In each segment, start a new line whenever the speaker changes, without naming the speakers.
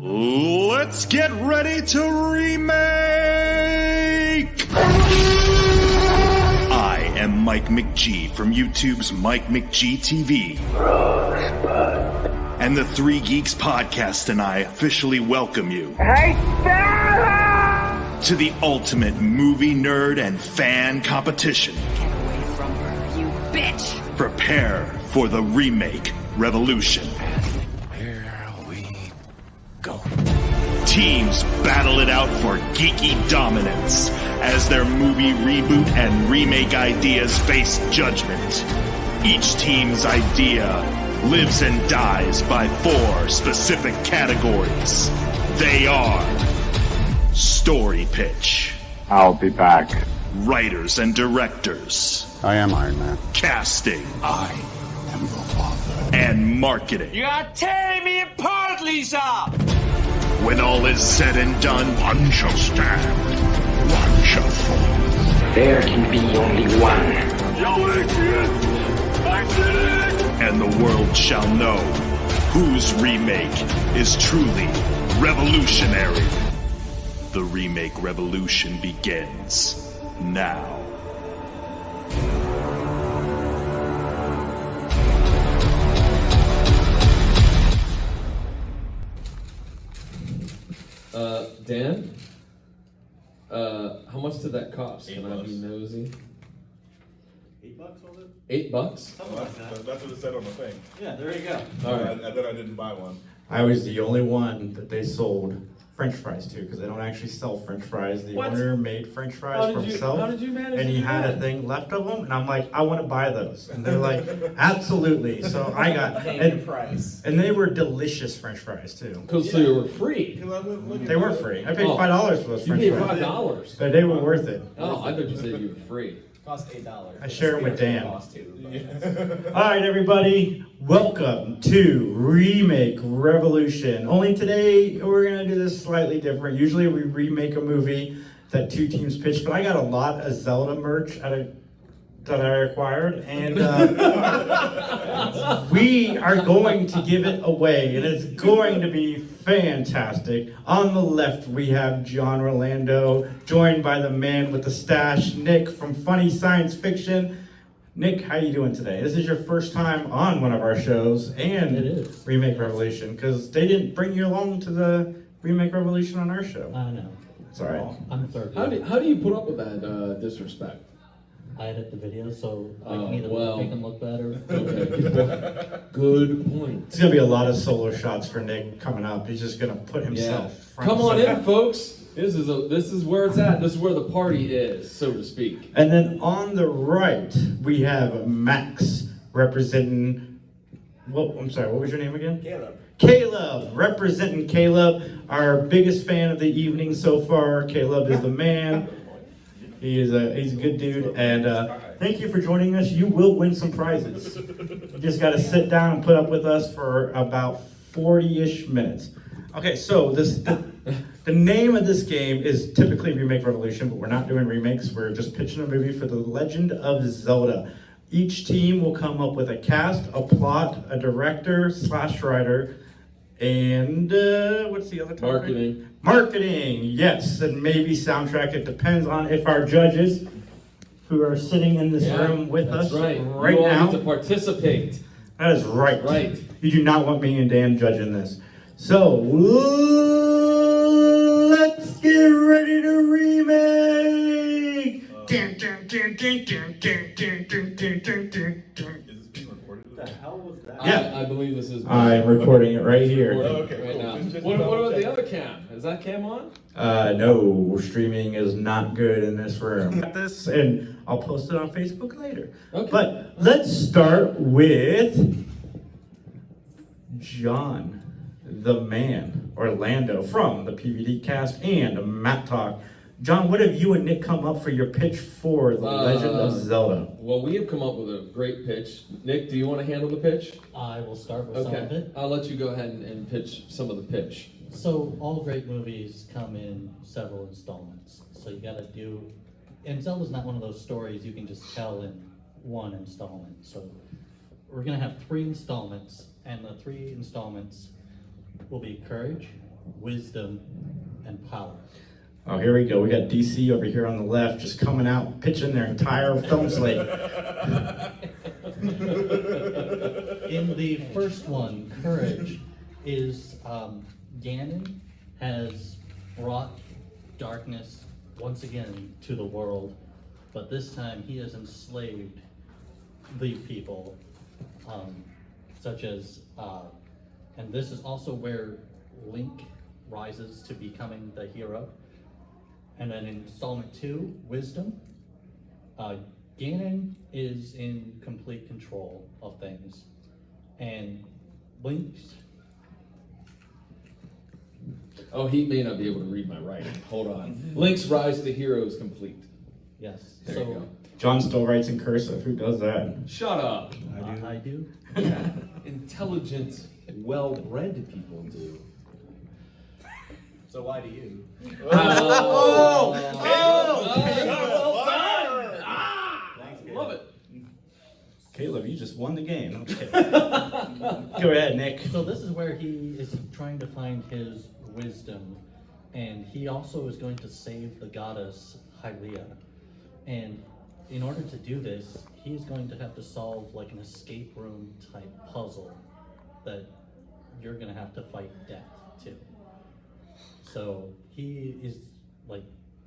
Let's get ready to remake! I am Mike McGee from YouTube's Mike McGee TV. And the Three Geeks Podcast and I officially welcome you to the ultimate movie nerd and fan competition.
away from her, you bitch!
Prepare for the remake revolution.
Here we go.
Teams battle it out for geeky dominance as their movie reboot and remake ideas face judgment. Each team's idea lives and dies by four specific categories. They are story pitch,
I'll be back.
writers and directors,
I am Iron Man.
casting,
I am the father.
and marketing.
You are tearing me apart, Lisa!
When all is said and done, one shall stand, one shall fall.
There can be only one.
and the world shall know whose remake is truly revolutionary. The remake revolution begins now.
Uh, Dan? Uh, how much did that cost? Can I be nosy?
Eight bucks was it?
Eight bucks?
Something like that.
That's what it said on the thing.
Yeah, there you go.
Alright.
I, I bet I didn't buy one.
I was the only one that they sold French fries to because they don't actually sell French fries. The
What?
owner made French fries
How did
for
you-
himself,
how did you manage
and
to
he
do
had
that?
a thing left of them. And I'm like, I want to buy those, and they're like, absolutely. So I got and,
price.
and they were delicious French fries too.
Cool, so you were free.
They were free. I paid
Oh.
five dollars for those
You
French
paid
fries,
five dollars.
but they were worth it.
Oh, I thought you said you were free.
Cost eight dollars.
I share it with Dan.
Cost two, but-
All right, everybody, welcome to Remake Revolution. Only today we're gonna do this slightly different. Usually we remake a movie that two teams pitch, but I got a lot of Zelda merch at a, that I acquired, and uh, we are going to give it away, and it's going to be fantastic. On the left we have John Orlando, joined by the man with the stash, Nick from Funny Science Fiction. Nick, how you doing today? This is your first time on one of our shows and
It is.
Remake Revolution because they didn't bring you along to the Remake Revolution on our show.
I know.
It's all right.
I'm 30.
How do, how do you put up with that uh, disrespect?
I edit the video, so I
Oh,
can either
well.
make them look better.
Okay, good point. Good point.
It's gonna be a lot of solo shots for Nick coming up. He's just gonna put
Yeah.
himself. front
Come
and
on
center.
in, folks. This is a, this is where it's at. This is where the party is, so to speak.
And then on the right we have Max representing. Well, I'm sorry. What was your name again?
Caleb.
Caleb, representing Caleb, our biggest fan of the evening so far. Caleb is the man. He is a he's a good dude, and uh, thank you for joining us. You will win some prizes. You just got to sit down and put up with us for about forty-ish minutes. Okay, so this the, the name of this game is typically Remake Revolution, but we're not doing remakes. We're just pitching a movie for the Legend of Zelda. Each team will come up with a cast, a plot, a director slash writer, and uh, what's the other topic?
Marketing.
Marketing, yes, and maybe soundtrack. It depends on if our judges, who are sitting in this
Yeah,
room with
that's
us
right,
right,
you all
now.
need to participate.
That is right.
Right.
You do not want me and Dan judging this. So let's get ready to remake. Dun, dun, dun, dun, dun, dun, dun, dun, dun, dun, dun, dun.
Is this being recorded?
What the hell was that?
Yeah. Uh,
I, I believe this is.
I'm recording it right
recording
here.
Oh, okay,
right
cool.
now.
Just- just
What, what
double
about the
check.
other cam? Is that cam on?
Uh, no, streaming is not good in this room. Got this, and I'll post it on Facebook later.
Okay.
But let's start with John, the man, Orlando from the PVD cast and Matt Talk. John, what have you and Nick come up for your pitch for The Legend
Uh,
of Zelda?
Well, we have come up with a great pitch. Nick, do you want to handle the pitch?
I will start with some of
Okay.
it.
I'll let you go ahead and, and pitch some of the pitch.
So all great movies come in several installments. So you gotta do, and Zelda's not one of those stories you can just tell in one installment. So we're gonna have three installments, and the three installments will be courage, wisdom, and power.
Oh, here we go. We got DC over here on the left just coming out, pitching their entire film slate.
In the first one, Courage, is um, Ganon has brought darkness once again to the world, but this time he has enslaved the people, um, such as, uh, and this is also where Link rises to becoming the hero. And then in installment two, Wisdom, uh, Ganon is in complete control of things, and Link's
Oh, he may not be able to read my writing. Hold on. Link's rise to hero is complete.
yes.
There
so
you go.
John still writes in cursive. Who does that?
Shut up.
I do. I do.
Yeah. Intelligent, well-read people do.
So why do you? Thanks, Gabe.
Love it.
Caleb, you just won the game. I'm just kidding. Go ahead, Nick.
So this is where he is trying to find his wisdom, and he also is going to save the goddess Hylia. And in order to do this, he is going to have to solve like an escape room type puzzle that you're gonna have to fight death to. So he is like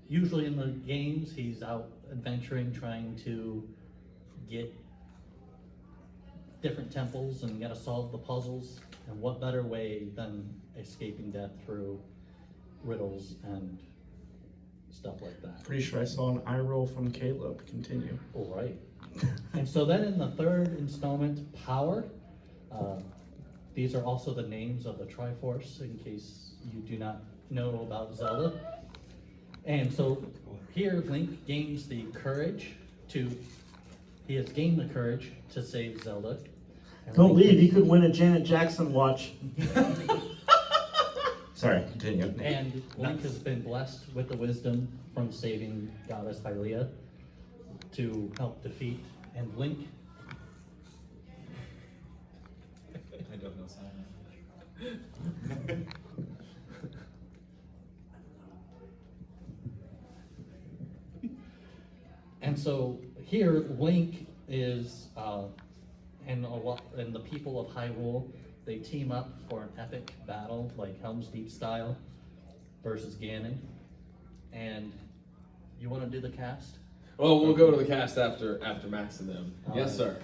usually in the games he's out adventuring trying to get different temples and you gotta solve the puzzles. And what better way than escaping death through riddles and stuff like that?
Pretty sure I saw an eye roll from Caleb. Continue.
All right. and so then in the third installment, Power. Uh, these are also the names of the Triforce in case you do not know about Zelda. And so here Link gains the courage to. He has gained the courage to save Zelda. And
Don't
Link-
leave. You could win a Janet Jackson watch. Sorry, continue.
And Link has been blessed with the wisdom from saving goddess Hylia to help defeat. And Link,
I don't know Simon.
and so here Link is, uh, and a lot, and the people of Hyrule, they team up for an epic battle, like Helm's Deep style, versus Ganon. And you want to do the cast?
Well, we'll go to the cast after after Max and them. yes, sir.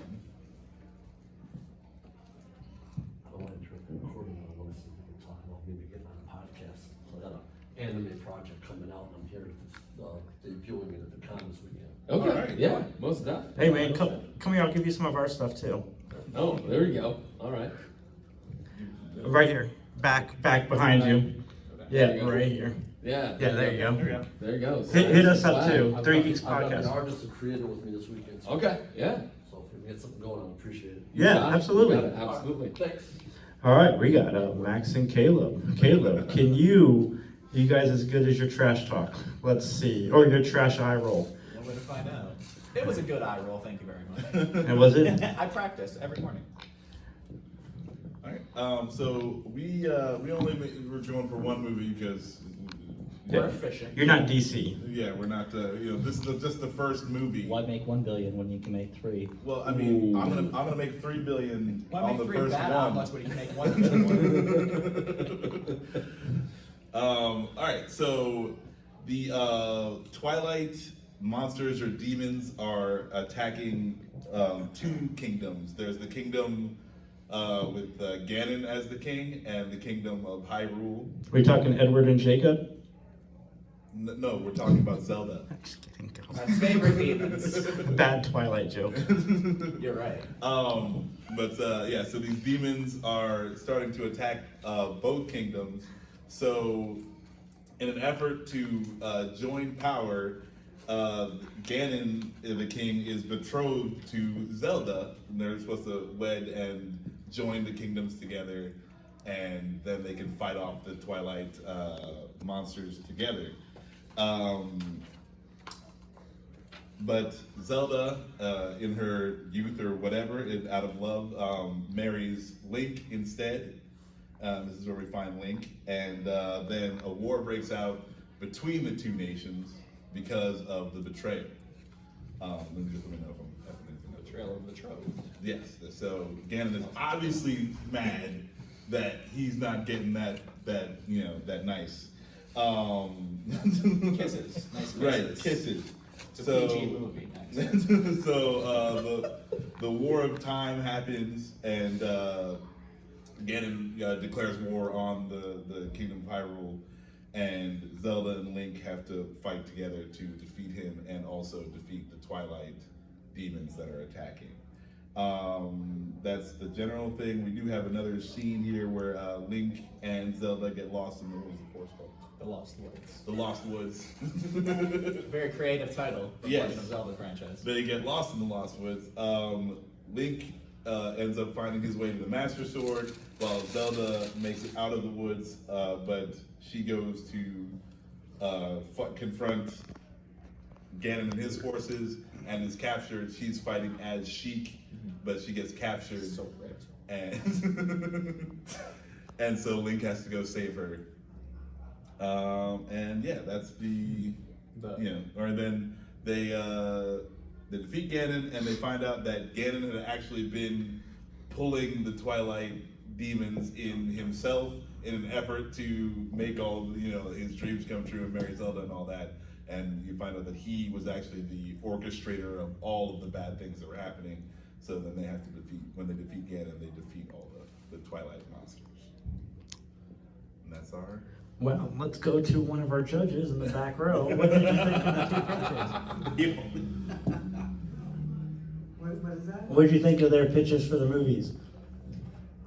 I don't want to interrupt the recording. I want to see if we can talk about maybe getting on a podcast. I got an anime project coming out, and I'm here uh, debuting it at the con this weekend.
Okay.
All right.
Yeah. Most stuff.
Hey, man, come, come here. I'll give you some of our stuff, too.
Oh, there you go. All right.
Right here. Back, back behind you. Yeah, right here.
Yeah.
Yeah, there you go.
There you go.
Hit, hit us up,
Swag.
too. Three Geeks
I've got an
Podcast.
artist and creator with me this weekend. so-
Okay. Yeah.
So if we can get something going, I'd appreciate it.
You
Yeah,
got it. You
absolutely.
got it, Absolutely.
Thanks.
All right, we got uh, Max and Caleb. Caleb, can you, you guys as good as your trash talk? Let's see. Or your trash eye roll.
No way to find out. It was a good eye roll. Thank you very much.
And was it?
I practice every morning.
All right. Um, so we uh, we only ma- we're going for one movie because
Yeah.
We're fishing.
You're not DC.
yeah we're not uh, you know this is the, just the first movie.
Why make one billion when you can make three?
Well, I mean I'm gonna I'm gonna make three billion
Why
on
make
the
three
first
bad
one.
omelets when you can make one good one?
um, all right, so the uh, Twilight monsters or demons are attacking um, two kingdoms. There's the kingdom uh, with uh, Ganon as the king, and the kingdom of Hyrule.
Are we talking Edward and Jacob?
N- No, we're talking about Zelda.
My favorite demons.
Bad Twilight joke.
You're right.
Um, but uh, yeah, so these demons are starting to attack uh, both kingdoms. So, in an effort to uh, join power, uh, Ganon, uh, the king, is betrothed to Zelda. And they're supposed to wed and join the kingdoms together, and then they can fight off the Twilight uh, monsters together. Um, but Zelda, uh, in her youth or whatever, in, out of love, um, marries Link instead. Um, this is where we find Link. And uh, then a war breaks out between the two nations because of the betrayal. Um, let me just let me know if I'm if I'm missing
Trail of the Trove.
it. Yes, so Ganon is obviously mad that he's not getting that, that you know, that nice. Um,
Kisses. Nice
Right,
kisses.
kisses.
It's a
so,
PG movie,
so uh, the the war of time happens, and uh, Ganon uh, declares war on the the kingdom of Hyrule, and Zelda and Link have to fight together to defeat him and also defeat the Twilight demons that are attacking. Um, that's the general thing. We do have another scene here where uh, Link and Zelda get lost in the what was the forest called?
The Lost Woods.
The Lost Woods.
Very creative title for
Yes.
Legend of Zelda franchise.
They get lost in the Lost Woods. Um, Link uh, ends up finding his way to the Master Sword, while Zelda makes it out of the woods, uh, but she goes to uh, fu- confront Ganon and his forces and is captured. She's fighting as Sheik, but she gets captured. So
ripped.
And, and so Link has to go save her. Um, and yeah, that's the,
The-
you know, or then they uh, they defeat Ganon and they find out that Ganon had actually been pulling the Twilight demons in himself in an effort to make all you know his dreams come true and marry Zelda and all that. And you find out that he was actually the orchestrator of all of the bad things that were happening. So then they have to defeat when they defeat Ganon, they defeat all the, the Twilight monsters. And that's our
Well, let's go to one of our judges in the back row. What did you think of the two pitches?
What, what is that?
What did you think of their pitches for the movies?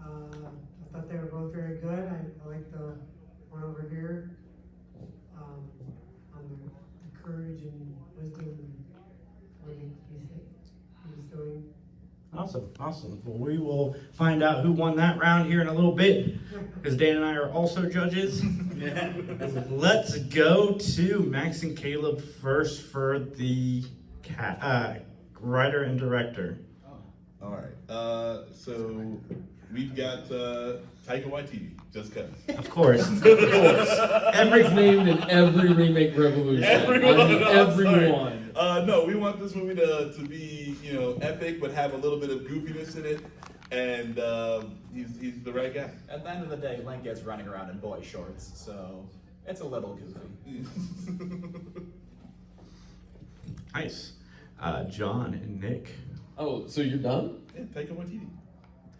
Uh, I thought they were both very good. I, I like the one over here um, on the, the courage and wisdom and what he, he's, he's doing.
Awesome, awesome. Well, we will find out who won that round here in a little bit, because Dan and I are also judges. Let's go to Max and Caleb first for the ca uh, writer and director.
All right. Uh, so we've got uh, Taika Waititi, just cause.
Of course, of
course.
Every-
He's named in every remake revolution. I mean,
I'm sorry.
everyone.
Uh, no, we want this movie to, to be you know epic, but have a little bit of goofiness in it, and uh, he's he's the right guy.
At the end of the day, Link gets running around in boy shorts, so it's a little goofy.
Nice. Uh, John and Nick.
Oh, so you're done?
Yeah, Taika Waititi.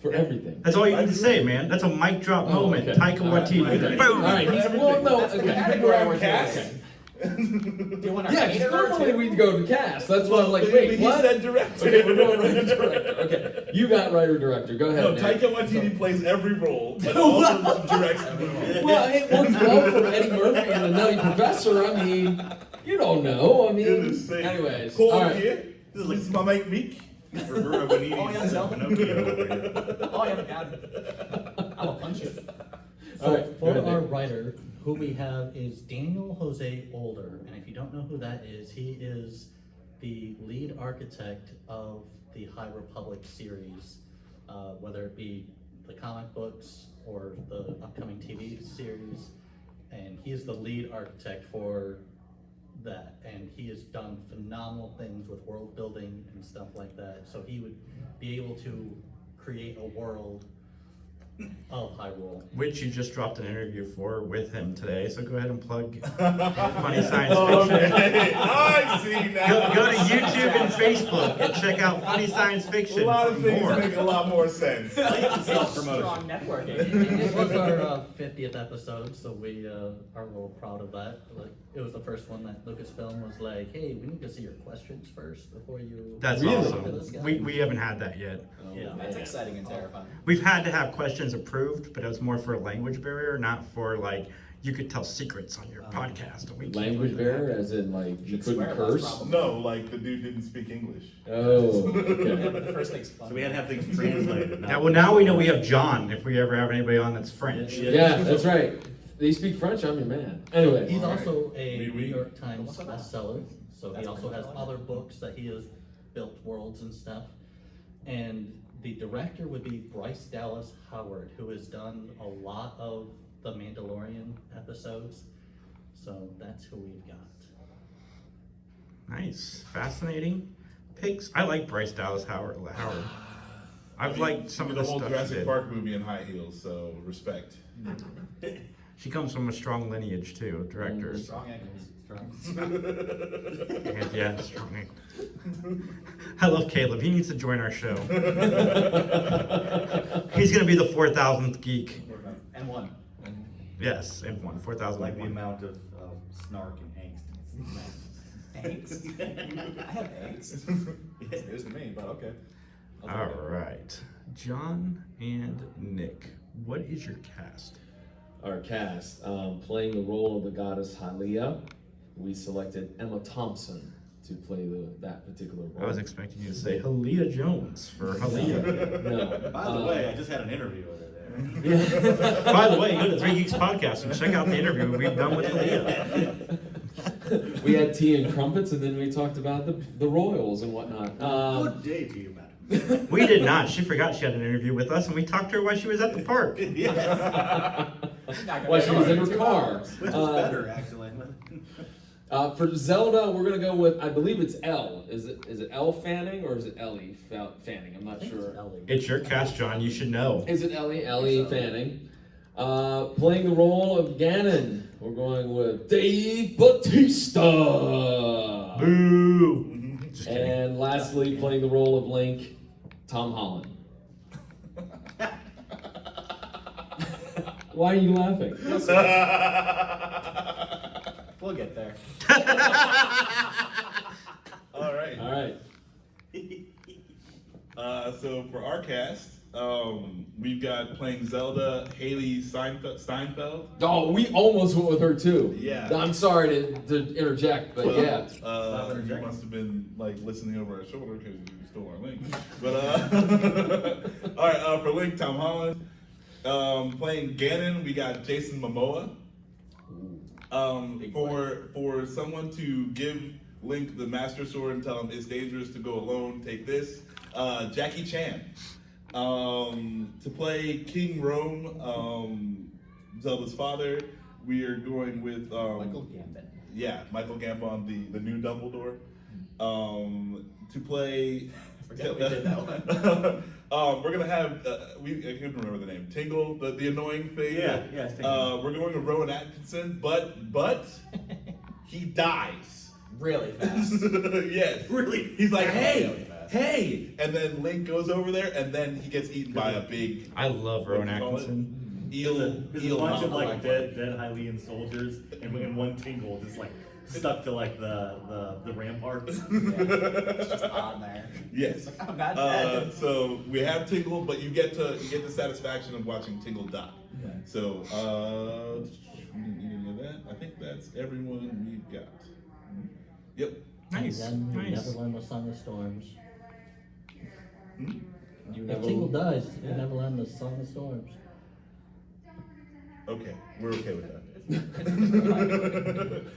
For everything.
That's all you need to say, man. That's a mic drop
Oh,
moment.
okay.
Taika
All right,
Waititi.
okay.
Boom.
All right, he's- well, no,
That's the
okay.
category
People
we're
on cast.
doing. Do you want our
Yeah, because
caterer
normally
too?
we'd go to cast. That's why I'm like,
Well,
wait,
he
what?
said director.
Okay, we're going writer director. Okay, you got writer director. Go ahead.
No,
Nick.
Taika Waititi plays every role, but also directs the movie.
Well, it worked well for Eddie Murphy and the Nutty Professor. I mean, you don't know. I mean,
Goodness sake.
anyways.
Cole
all right.
here. This is my mate Meek. Roberto Benigni.
Oh, yeah, Zelda. Oh, yeah, God. I'm a punch you.
So
Alright,
for
go ahead,
our
Nick.
writer, who we have is Daniel Jose Older, and if you don't know who that is, he is the lead architect of the High Republic series, uh, whether it be the comic books or the upcoming TV series, and he is the lead architect for that, and he has done phenomenal things with world building and stuff like that. So he would be able to create a world of Hyrule.
Which you just dropped an interview for with him today, so go ahead and plug Funny Science
Oh,
Fiction.
okay. I see now.
Go, go to YouTube and Facebook and check out Funny Science Fiction.
A lot of
for
things
more.
make a lot more sense.
Strong networking.
this was our uh, fiftieth episode, so we uh, are a little proud of that. Like, it was the first one that Lucasfilm was like, "Hey, we need to see your questions first before you."
That's
Really? For this guy.
awesome. We, we haven't had that yet.
Yeah.
That's exciting and terrifying.
We've had to have questions approved, but it was more for a language barrier, not for like you could tell secrets on
Uh,
your podcast. And we can't
Language
do that.
barrier, as in like you couldn't
swear, that's
curse.
probably-
No, like the dude didn't speak English.
Oh,
But the
okay.
first thing's fun.
So we had to have things translated.
Now, well, now we know we have John. If we ever have anybody on that's French,
yeah, that's right. They speak French. I'm your man. Anyway,
He's also a
We- we-
New York Times bestseller, so he also has other books that he has built worlds and stuff. And the director would be Bryce Dallas Howard, who has done a lot of the Mandalorian episodes. So that's who we've got.
nice, fascinating. Pigs. I like Bryce Dallas Howard. Howard. I've liked some of the
whole
stuff she
Jurassic
did.
Park movie in high heels, so respect.
She comes from a strong lineage too, of directors.
Strong angles.
And yeah, strong. I love Caleb. He needs to join our show. He's gonna be the four thousandth geek.
And one.
Yes, and one four thousand.
Like the amount of, of snark and angst.
Angst. I have angst. It's news to me, but okay.
All right, John and Nick. What is your cast?
our cast um, playing the role of the goddess Halia. We selected Emma Thompson to play the that particular role.
I was expecting you to say Halia Jones for Halia.
no.
By the
um,
way, I just had an interview with her there.
yeah.
By the way, go to Three Geeks Podcast and check out the interview we've done with Halia.
we had tea and crumpets, and then we talked about the the Royals and whatnot. Um,
Good day to you, madam.
We did not. She forgot she had an interview with us, and we talked to her while she was at the park.
while she was in her car.
Which
Uh,
was better, actually.
Uh, for Zelda, we're gonna go with I believe it's L. Is it is it L Fanning or is it Ellie Fa- Fanning? I'm not sure.
It's your cast, John. You should know.
Is it Ellie? Ellie Fanning. Uh, playing the role of Ganon, we're going with Dave Batista.
Boo. Just kidding.
And lastly, playing the role of Link, Tom Holland. Why are you laughing?
We'll get there.
All right.
All right.
Uh, so for our cast, um, we've got playing Zelda, Haley Steinfeld. Steinfeld.
Oh, we almost went with her too.
Yeah.
I'm sorry to, to interject, but
Well,
yeah.
Uh, you must have been like listening over our shoulder because you stole our link. But uh, all right, uh, for Link, Tom Holland. Um, playing Ganon, we got Jason Momoa. Um, for for someone to give Link the Master Sword and tell him it's dangerous to go alone, take this. Uh, Jackie Chan. Um, to play King Rome, um, Zelda's father, we are going with um,
Michael Gambit.
yeah, Michael Gambon, the, the new Dumbledore, um, to play.
Forget we did that one.
um, we're gonna have uh, we I can't remember the name. Tingle, the, the annoying thing.
Yeah, yeah, it's Tingle.
Uh, we're going to Rowan Atkinson, but but he dies.
Really fast.
yes.
Really?
He's like, hey,
Really fast.
hey, and then Link goes over there, and then he gets eaten by a big
I love Rowan
what do you call it?
Atkinson.
eel.
There's a
eel
bunch of
mountain
like dead, dead Hylian soldiers, and, and one tingle just like stuck to like the the, the ramparts.
It's just on there.
Yes.
I'm not
Uh,
dead.
so we have Tingle, but you get to you get the satisfaction of watching Tingle die. So uh, we didn't need any of that. I think that's everyone we've got. Yep.
Nice,
And then
nice.
Neverland the Sun of Storms.
Hmm?
You
If Tingle dies, you Neverland the Sun of Storms.
Okay, we're okay with that.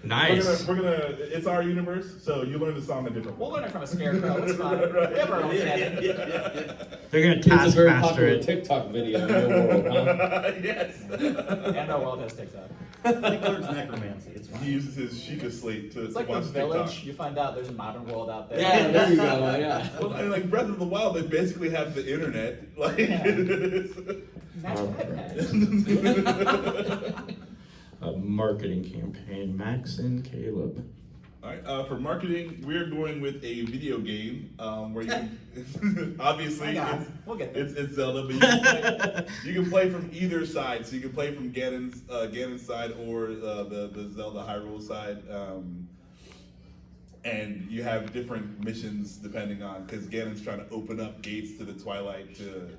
Nice.
We're gonna, we're gonna. It's our universe, so you learn the song a different
We'll
way.
learn it from a scarecrow. It's fine. uh, We have our own canon.
They're
It's
gonna
a very
taskmaster
popular
it.
TikTok video in the world, huh?
yes.
And our world has TikTok.
Nick learns necromancy. It's fine.
He uses his Sheikah slate to
It's like the
watch
village.
TikTok.
You find out there's a modern world out there.
well, and like Breath of the Wild, they basically have the internet. Like,
A marketing campaign, Max and Caleb.
All right. Uh, for marketing, we're going with a video game um, where you can, obviously
Hang on,
it's,
we'll get there.
it's it's Zelda, but you can, play, you can play from either side. So you can play from Ganon's uh, Ganon's side or uh, the the Zelda Hyrule side. Um, and you have different missions depending on because Ganon's trying to open up gates to the Twilight to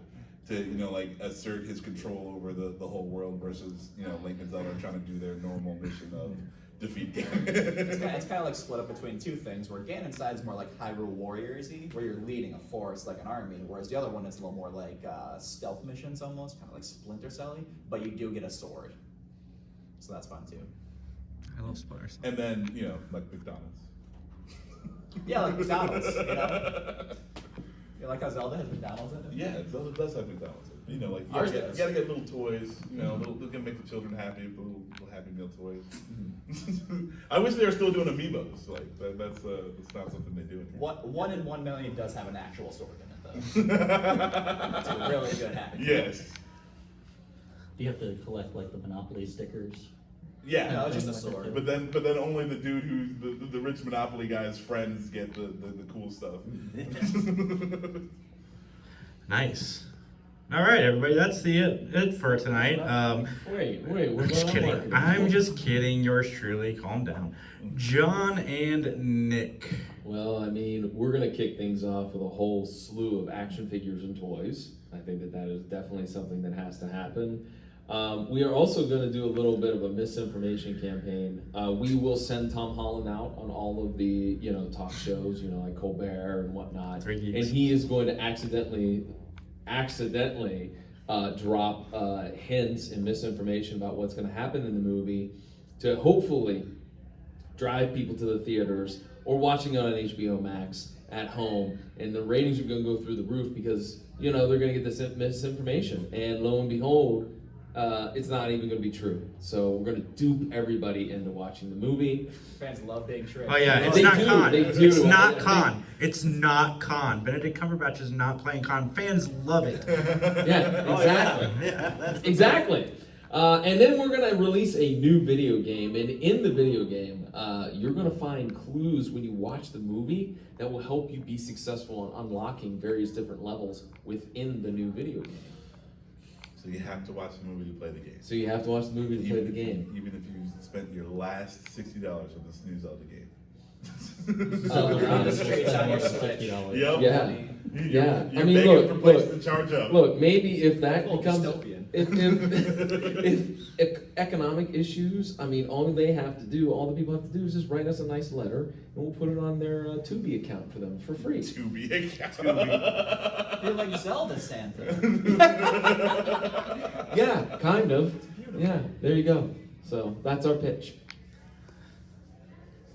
to you know like assert his control over the, the whole world versus you know Link and Zelda are trying to do their normal mission of defeat Ganon.
it's kind, of, it's kind of like split up between two things, where Ganon's side is more like Hyrule Warriors-y, where you're leading a forest like an army, whereas the other one is a little more like uh, stealth missions almost, kind of like Splinter Cell-y, but you do get a sword. So that's fun too.
I love Spiders. And then, you know, like McDonald's.
Yeah, like McDonald's, you know? You like how Zelda has McDonald's in it?
Yeah, Zelda does have McDonald's. in it. You know, like you
Ours
gotta, get,
does. Mm-hmm.
you gotta get little toys. You know, little, they're gonna make the children happy. with Little, little Happy Meal toys.
Mm-hmm.
I wish they were still doing amiibos. Like that, that's uh, that's not something they do anymore.
What, one in one million does have an actual sword in it, though. it's a really good hack.
Yes.
Do you have to collect like the Monopoly stickers?
Yeah,
And
it's
things like that, too?
But then, but then only the dude who's the, the, the rich Monopoly guy's friends get the, the, the cool stuff.
Mm-hmm.
Nice. All right, everybody, that's the it, it for tonight. Um,
Wait, wait, we're
I'm just
going on
kidding.
marketing.
I'm just kidding. Yours truly. Calm down. John and Nick.
Well, I mean, we're going to kick things off with a whole slew of action figures and toys. I think that that is definitely something that has to happen. Um, we are also going to do a little bit of a misinformation campaign. Uh, we will send Tom Holland out on all of the you know talk shows, you know like Colbert and whatnot, and he is going to accidentally, accidentally uh, drop uh, hints and misinformation about what's going to happen in the movie to hopefully drive people to the theaters or watching it on HBO Max at home, and the ratings are going to go through the roof because you know they're going to get this misinformation, and lo and behold, uh, it's not even going to be true. So we're going to dupe everybody into watching the movie.
Fans love being tricked.
Oh yeah, it's
They
not
do,
Khan.
they do.
It's
I
not
think-
Khan. It's not Khan. Benedict Cumberbatch is not playing Khan. Fans love it.
Oh, Yeah, exactly. exactly. Uh, and then we're gonna release a new video game, and in the video game, uh, you're gonna find clues when you watch the movie that will help you be successful in unlocking various different levels within the new video game.
So you have to watch the movie to play the game.
So you have to watch the movie to play
Even
the
if you-
game.
Even if you spent your last sixty dollars on this new Zelda game.
Oh,
You're on the streets on your Switch.
Yep.
Yeah.
You're,
yeah.
You're
I mean,
begging
look,
for places
look,
to charge up.
Look, maybe if that
Oh,
becomes
dystopian.
if, if, if, if economic issues, I mean, all they have to do, all the people have to do is just write us a nice letter, and we'll put it on their uh, Tubi account for them for free.
Tubi
You're like Zelda Santa.
Yeah, kind of. Yeah, there you go. So that's our pitch.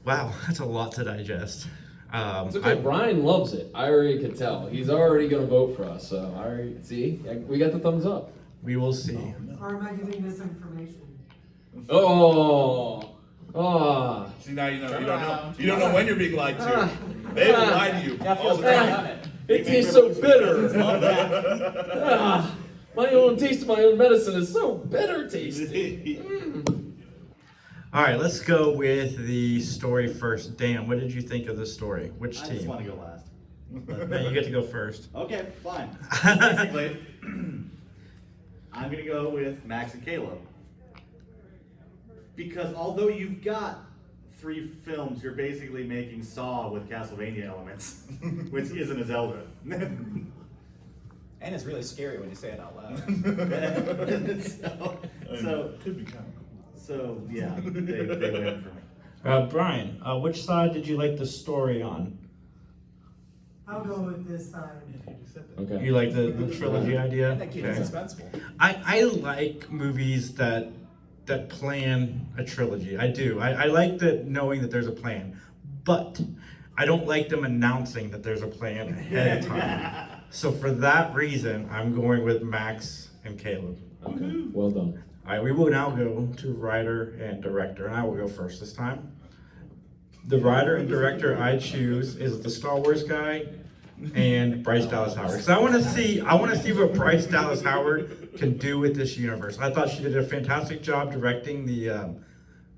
Wow, that's a lot to digest. Um,
It's okay.
I-
Brian loves it. I already could tell. He's already gonna vote for us. So I already see. Yeah, We got the thumbs up.
We will see.
Or am I giving misinformation?
Oh. Oh.
See now you know
Turn
you don't know
around.
you don't know when you're being lied to.
Ah.
They will
Ah.
lie to you Oh.
That
all
feels
the
bad.
time.
It tastes so bitter. Ah, my own taste of my own medicine is so bitter tasting.
All right, let's go with the story first. Dan, what did you think of the story? Which
I
team?
just want to go last. But-
No, you get to go first. Uh,
Okay, fine. So Basically, I'm gonna go with Max and Caleb because although you've got three films, you're basically making Saw with Castlevania elements, which isn't a Zelda.
And it's really scary when you say it out loud.
so, so
could be kind of cool.
So yeah, they, they win for me.
Uh, Brian, uh, which side did you like the story on?
I'll go with this side.
Okay.
You like the, the trilogy idea?
That keeps it
Okay.
suspenseful.
I, I like movies that that plan a trilogy. I do. I, I like that knowing that there's a plan, but I don't like them announcing that there's a plan ahead of time. so for that reason, I'm going with Max and Caleb.
Okay. Well done.
All right, we will now go to writer and director, and I will go first this time. The writer and director I choose is the Star Wars guy and Bryce Dallas Howard. Because I want to see, I want to see what Bryce Dallas Howard can do with this universe. I thought she did a fantastic job directing the um,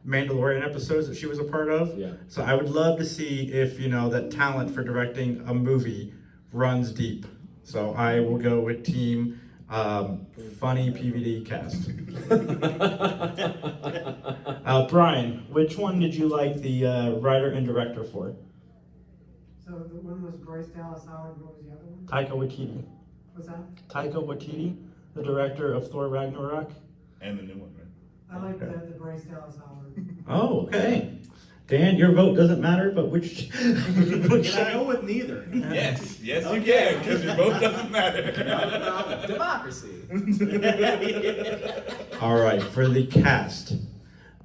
Mandalorian episodes that she was a part of.
Yeah.
So I would love to see if you know that talent for directing a movie runs deep. So I will go with team um, funny PVD cast. uh, Brian, which one did you like the uh, writer and director for?
So the one was Bryce Dallas Howard, what was the other one?
Taika Waititi.
What's that?
Taika Waititi, the director of Thor Ragnarok.
And the new one, right?
I like the, the Bryce Dallas Howard.
Oh, okay. Dan, your vote doesn't matter, but which? which
Can I go with neither?
Yes, yes, you
Okay.
can, because your vote doesn't matter.
Democracy.
All right, for the cast,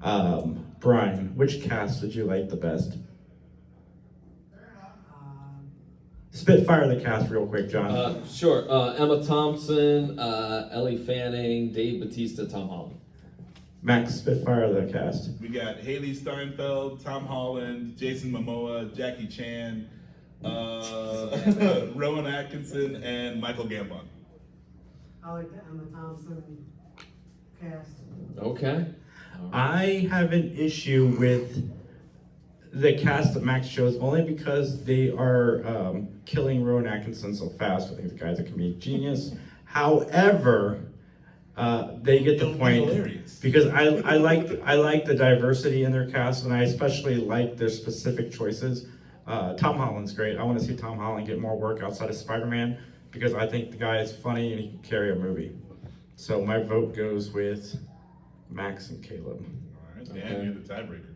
um, Brian, which cast did you like the best?
Uh,
Spitfire the cast real quick, John.
Uh, sure. Uh, Emma Thompson, uh, Ellie Fanning, Dave Batista, Tom Holland.
Max, Spitfire the cast.
We got Haley Steinfeld, Tom Holland, Jason Momoa, Jackie Chan, uh, Rowan Atkinson, and Michael Gambon.
I like the Emma Thompson cast.
Okay.
I have an issue with the cast that Max chose only because they are um, killing Rowan Atkinson so fast. I think the guy's a comedic genius. However, uh, they get the point because I I like I like the diversity in their cast and I especially like their specific choices. Uh, Tom Holland's great. I want to see Tom Holland get more work outside of Spider-Man because I think the guy is funny and he can carry a movie. So my vote goes with Max and Caleb.
All right, Dan, you're the tiebreaker.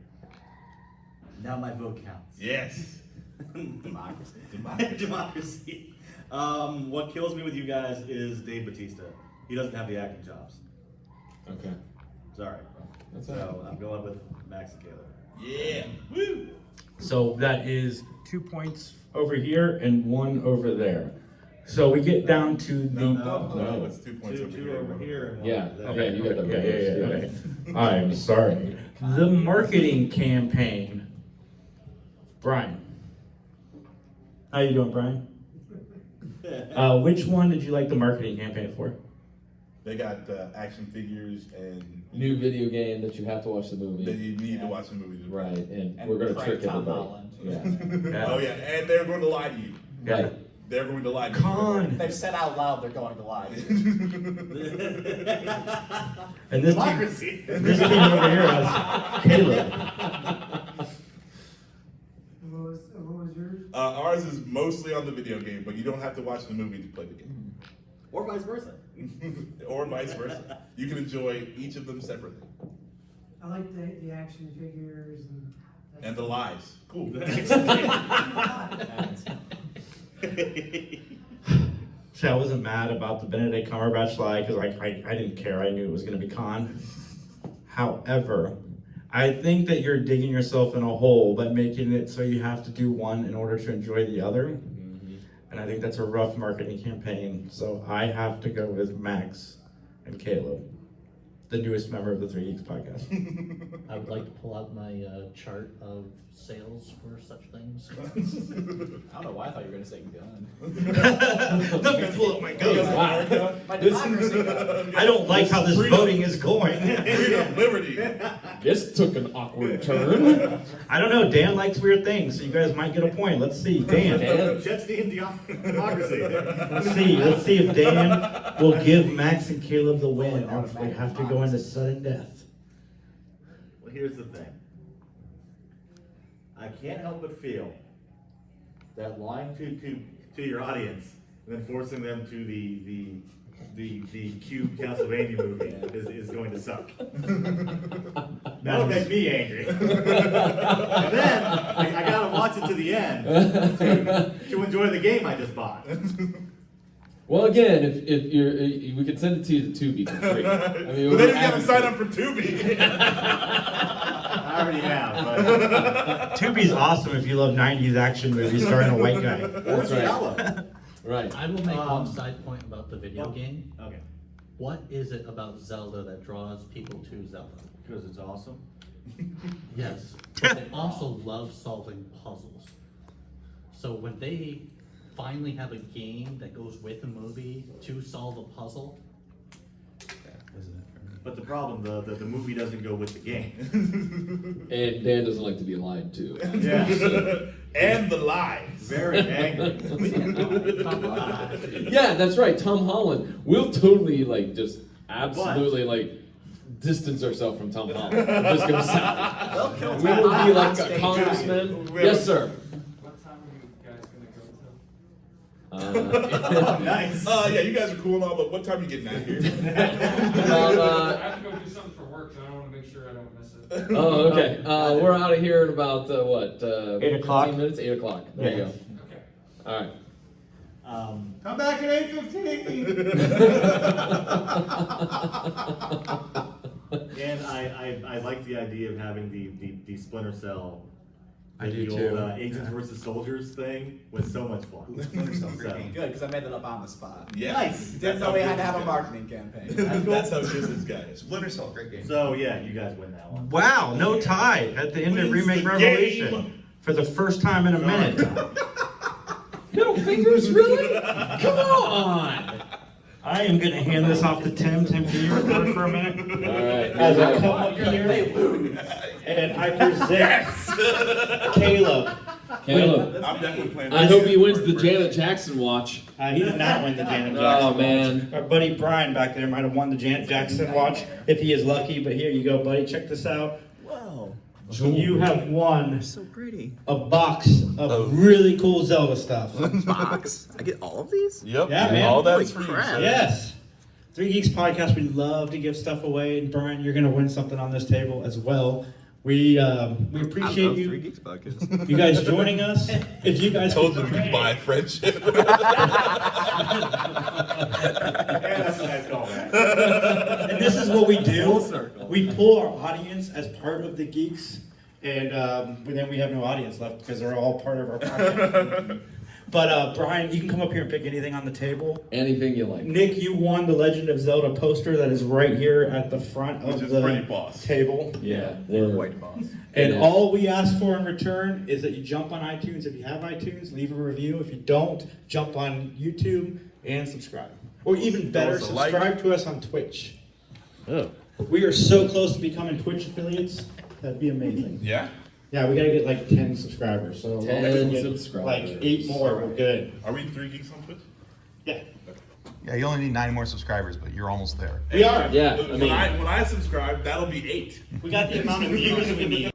Now my vote counts.
Yes.
Democracy.
Democracy.
Democracy. Um, what kills me with you guys is Dave Batista. He doesn't have the acting chops.
Okay.
Sorry.
That's
so
all
I'm going with Max and Caleb.
Yeah. Woo.
So that is two points over here and one over there. So we get down to the.
No, no, it's two points over here.
Yeah.
Okay, you got the
Okay, yeah, yeah,
numbers,
okay. I'm sorry. The marketing campaign. Brian. How you doing, Brian? Uh, which one did you like the marketing campaign for?
They got uh, action figures and
New video game that you have to watch the movie.
that you need to watch the movie. to-
Right, and, we're gonna
prank
trick
Tom
everybody.
Holland.
Yeah.
Oh yeah, and they're going to lie to you.
Right.
They're going to lie to
Con.
They've said out loud they're going to lie.
And this
Democracy.
team, this team over here has Caleb.
And What was, and what was yours?
you. Uh, ours is mostly on the video game, but you don't have to watch the movie to play the game,
Or vice versa.
or vice versa. You can enjoy each of them separately.
I like the, the action figures and.
And the lies. Cool.
See, I wasn't mad about the Benedict Cumberbatch lie because I, I, I didn't care. I knew it was going to be con. However, I think that you're digging yourself in a hole by making it so you have to do one in order to enjoy the other. And I think that's a rough marketing campaign. So I have to go with Max and Caleb, the newest member of the Three Geeks podcast.
I would like to pull out my uh, chart of sales for such things.
I don't know why I thought you were gonna say gun.
Let me pull up my gun.
Oh,
Wow. My democracy gun.
I don't like how this voting is going.
Freedom, liberty.
This took an awkward turn.
I don't know. Dan likes weird things, so you guys might get a point. Let's see, Dan.
Jets the Indian democracy.
Let's see. Let's see if Dan will give Max and Caleb the win, or if they have to go into sudden death.
Well, here's the thing. I can't help but feel that lying to to, to your audience and then forcing them to the the the the cube Castlevania movie is, is going to suck. That'll make me angry. and then I, I gotta watch it to the end to, to enjoy the game I just bought.
well, again, if, if you're, if- we could send it to you to Tubi for free. I mean,
but
we're
then you gotta
advocates.
sign up for Tubi.
I already have, but
Tubi's awesome if you love '90s action movies starring a white guy.
where's
right.
Yalla?
Right.
I will make
Um,
one side point about the video game.
Okay.
What is it about Zelda that draws people to Zelda?
Because it's awesome.
Yes, but they also love solving puzzles. So when they finally have a game that goes with a movie to solve a puzzle,
But the problem, the, the, the movie doesn't go with the game.
And Dan doesn't like to be lied to.
Yeah.
and the lies.
Very angry.
yeah, that's right. Tom Holland. We'll totally like just absolutely like distance ourselves from Tom Holland. We're just gonna stop.
They'll kill
We
Tom
will be
Holland
like
on
a
stage.
congressman. Yes, sir.
What time are you guys gonna go to?
Uh,
nice. Uh, yeah, you guys are cool and all, but what time are you getting out of here?
Well,
I have to go do something for work, so I want to make sure I don't miss it.
Oh, okay. Uh, we're out of here in about uh, what? Uh,
Eight o'clock.
15 minutes. Eight o'clock. There you go.
Okay.
All right.
Um,
Come back at eight fifteen.
and I, I, I like the idea of having the, the, the Splinter Cell.
I
the
do
old,
too.
Uh, Agents versus Soldiers thing was so much fun.
Splinter Cell
So-
freaking good because I made that up on the spot.
Yeah.
Nice.
That's
Didn't know
how
we
good
had to
this
have a
guy-
marketing campaign. That's cool.
That's how good this guy is.
Splinter Cell, great game.
So yeah, you guys win that one.
Wow, no tie at the end of Remake Revolution for the first time in a minute.
Middle fingers, really? Come on.
I am going to hand this off to Tim. Tim, can you record for a minute?
All right.
As I come up here
and I present Caleb.
Caleb.
I'm definitely playing.
I hope he wins the Janet Jackson watch.
Uh, he did not win the Janet
Oh,
Jackson. watch.
man.
Our buddy Brian back there might have won the Janet Jackson watch if he is lucky, but here you go, buddy. Check this out.
Wow.
You have won
So pretty.
a box of
Oh.
really cool Zelda stuff.
Box? I get all of these?
Yep.
Yeah, man.
All that's
Holy
free.
crap.
so-
Yes. Three Geeks Podcast, we love to give stuff away. And Brian, you're going to win something on this table as well. We um, we appreciate you. Three
Geeks
Podcast. You guys joining us. If you guys
Told them you could buy friendship.
that's a nice call, man.
and this is what we do. We pull our audience as part of the geeks, and um, but then we have no audience left because they're all part of our podcast. but uh, Brian, you can come up here and pick anything on the table.
Anything you like.
Nick, you won the Legend of Zelda poster that is right here at the front of
Which is pretty
the
boss.
table.
Yeah.
White boss.
And
It is.
all we ask for in return is that you jump on iTunes if you have iTunes, leave a review. If you don't, jump on YouTube and subscribe. Or even better,
us a like.
subscribe to us on Twitch.
Oh.
We are so close to becoming Twitch affiliates. That'd be amazing.
Yeah.
Yeah, we gotta get like ten subscribers. So
10
we'll get,
subscribers.
Like eight more, we're good.
Are we three geeks on Twitch?
Yeah.
Yeah, you only need nine more subscribers, but you're almost there.
We are.
Yeah, I
When
mean-
I when I subscribe, that'll be eight.
We got the amount of views we need.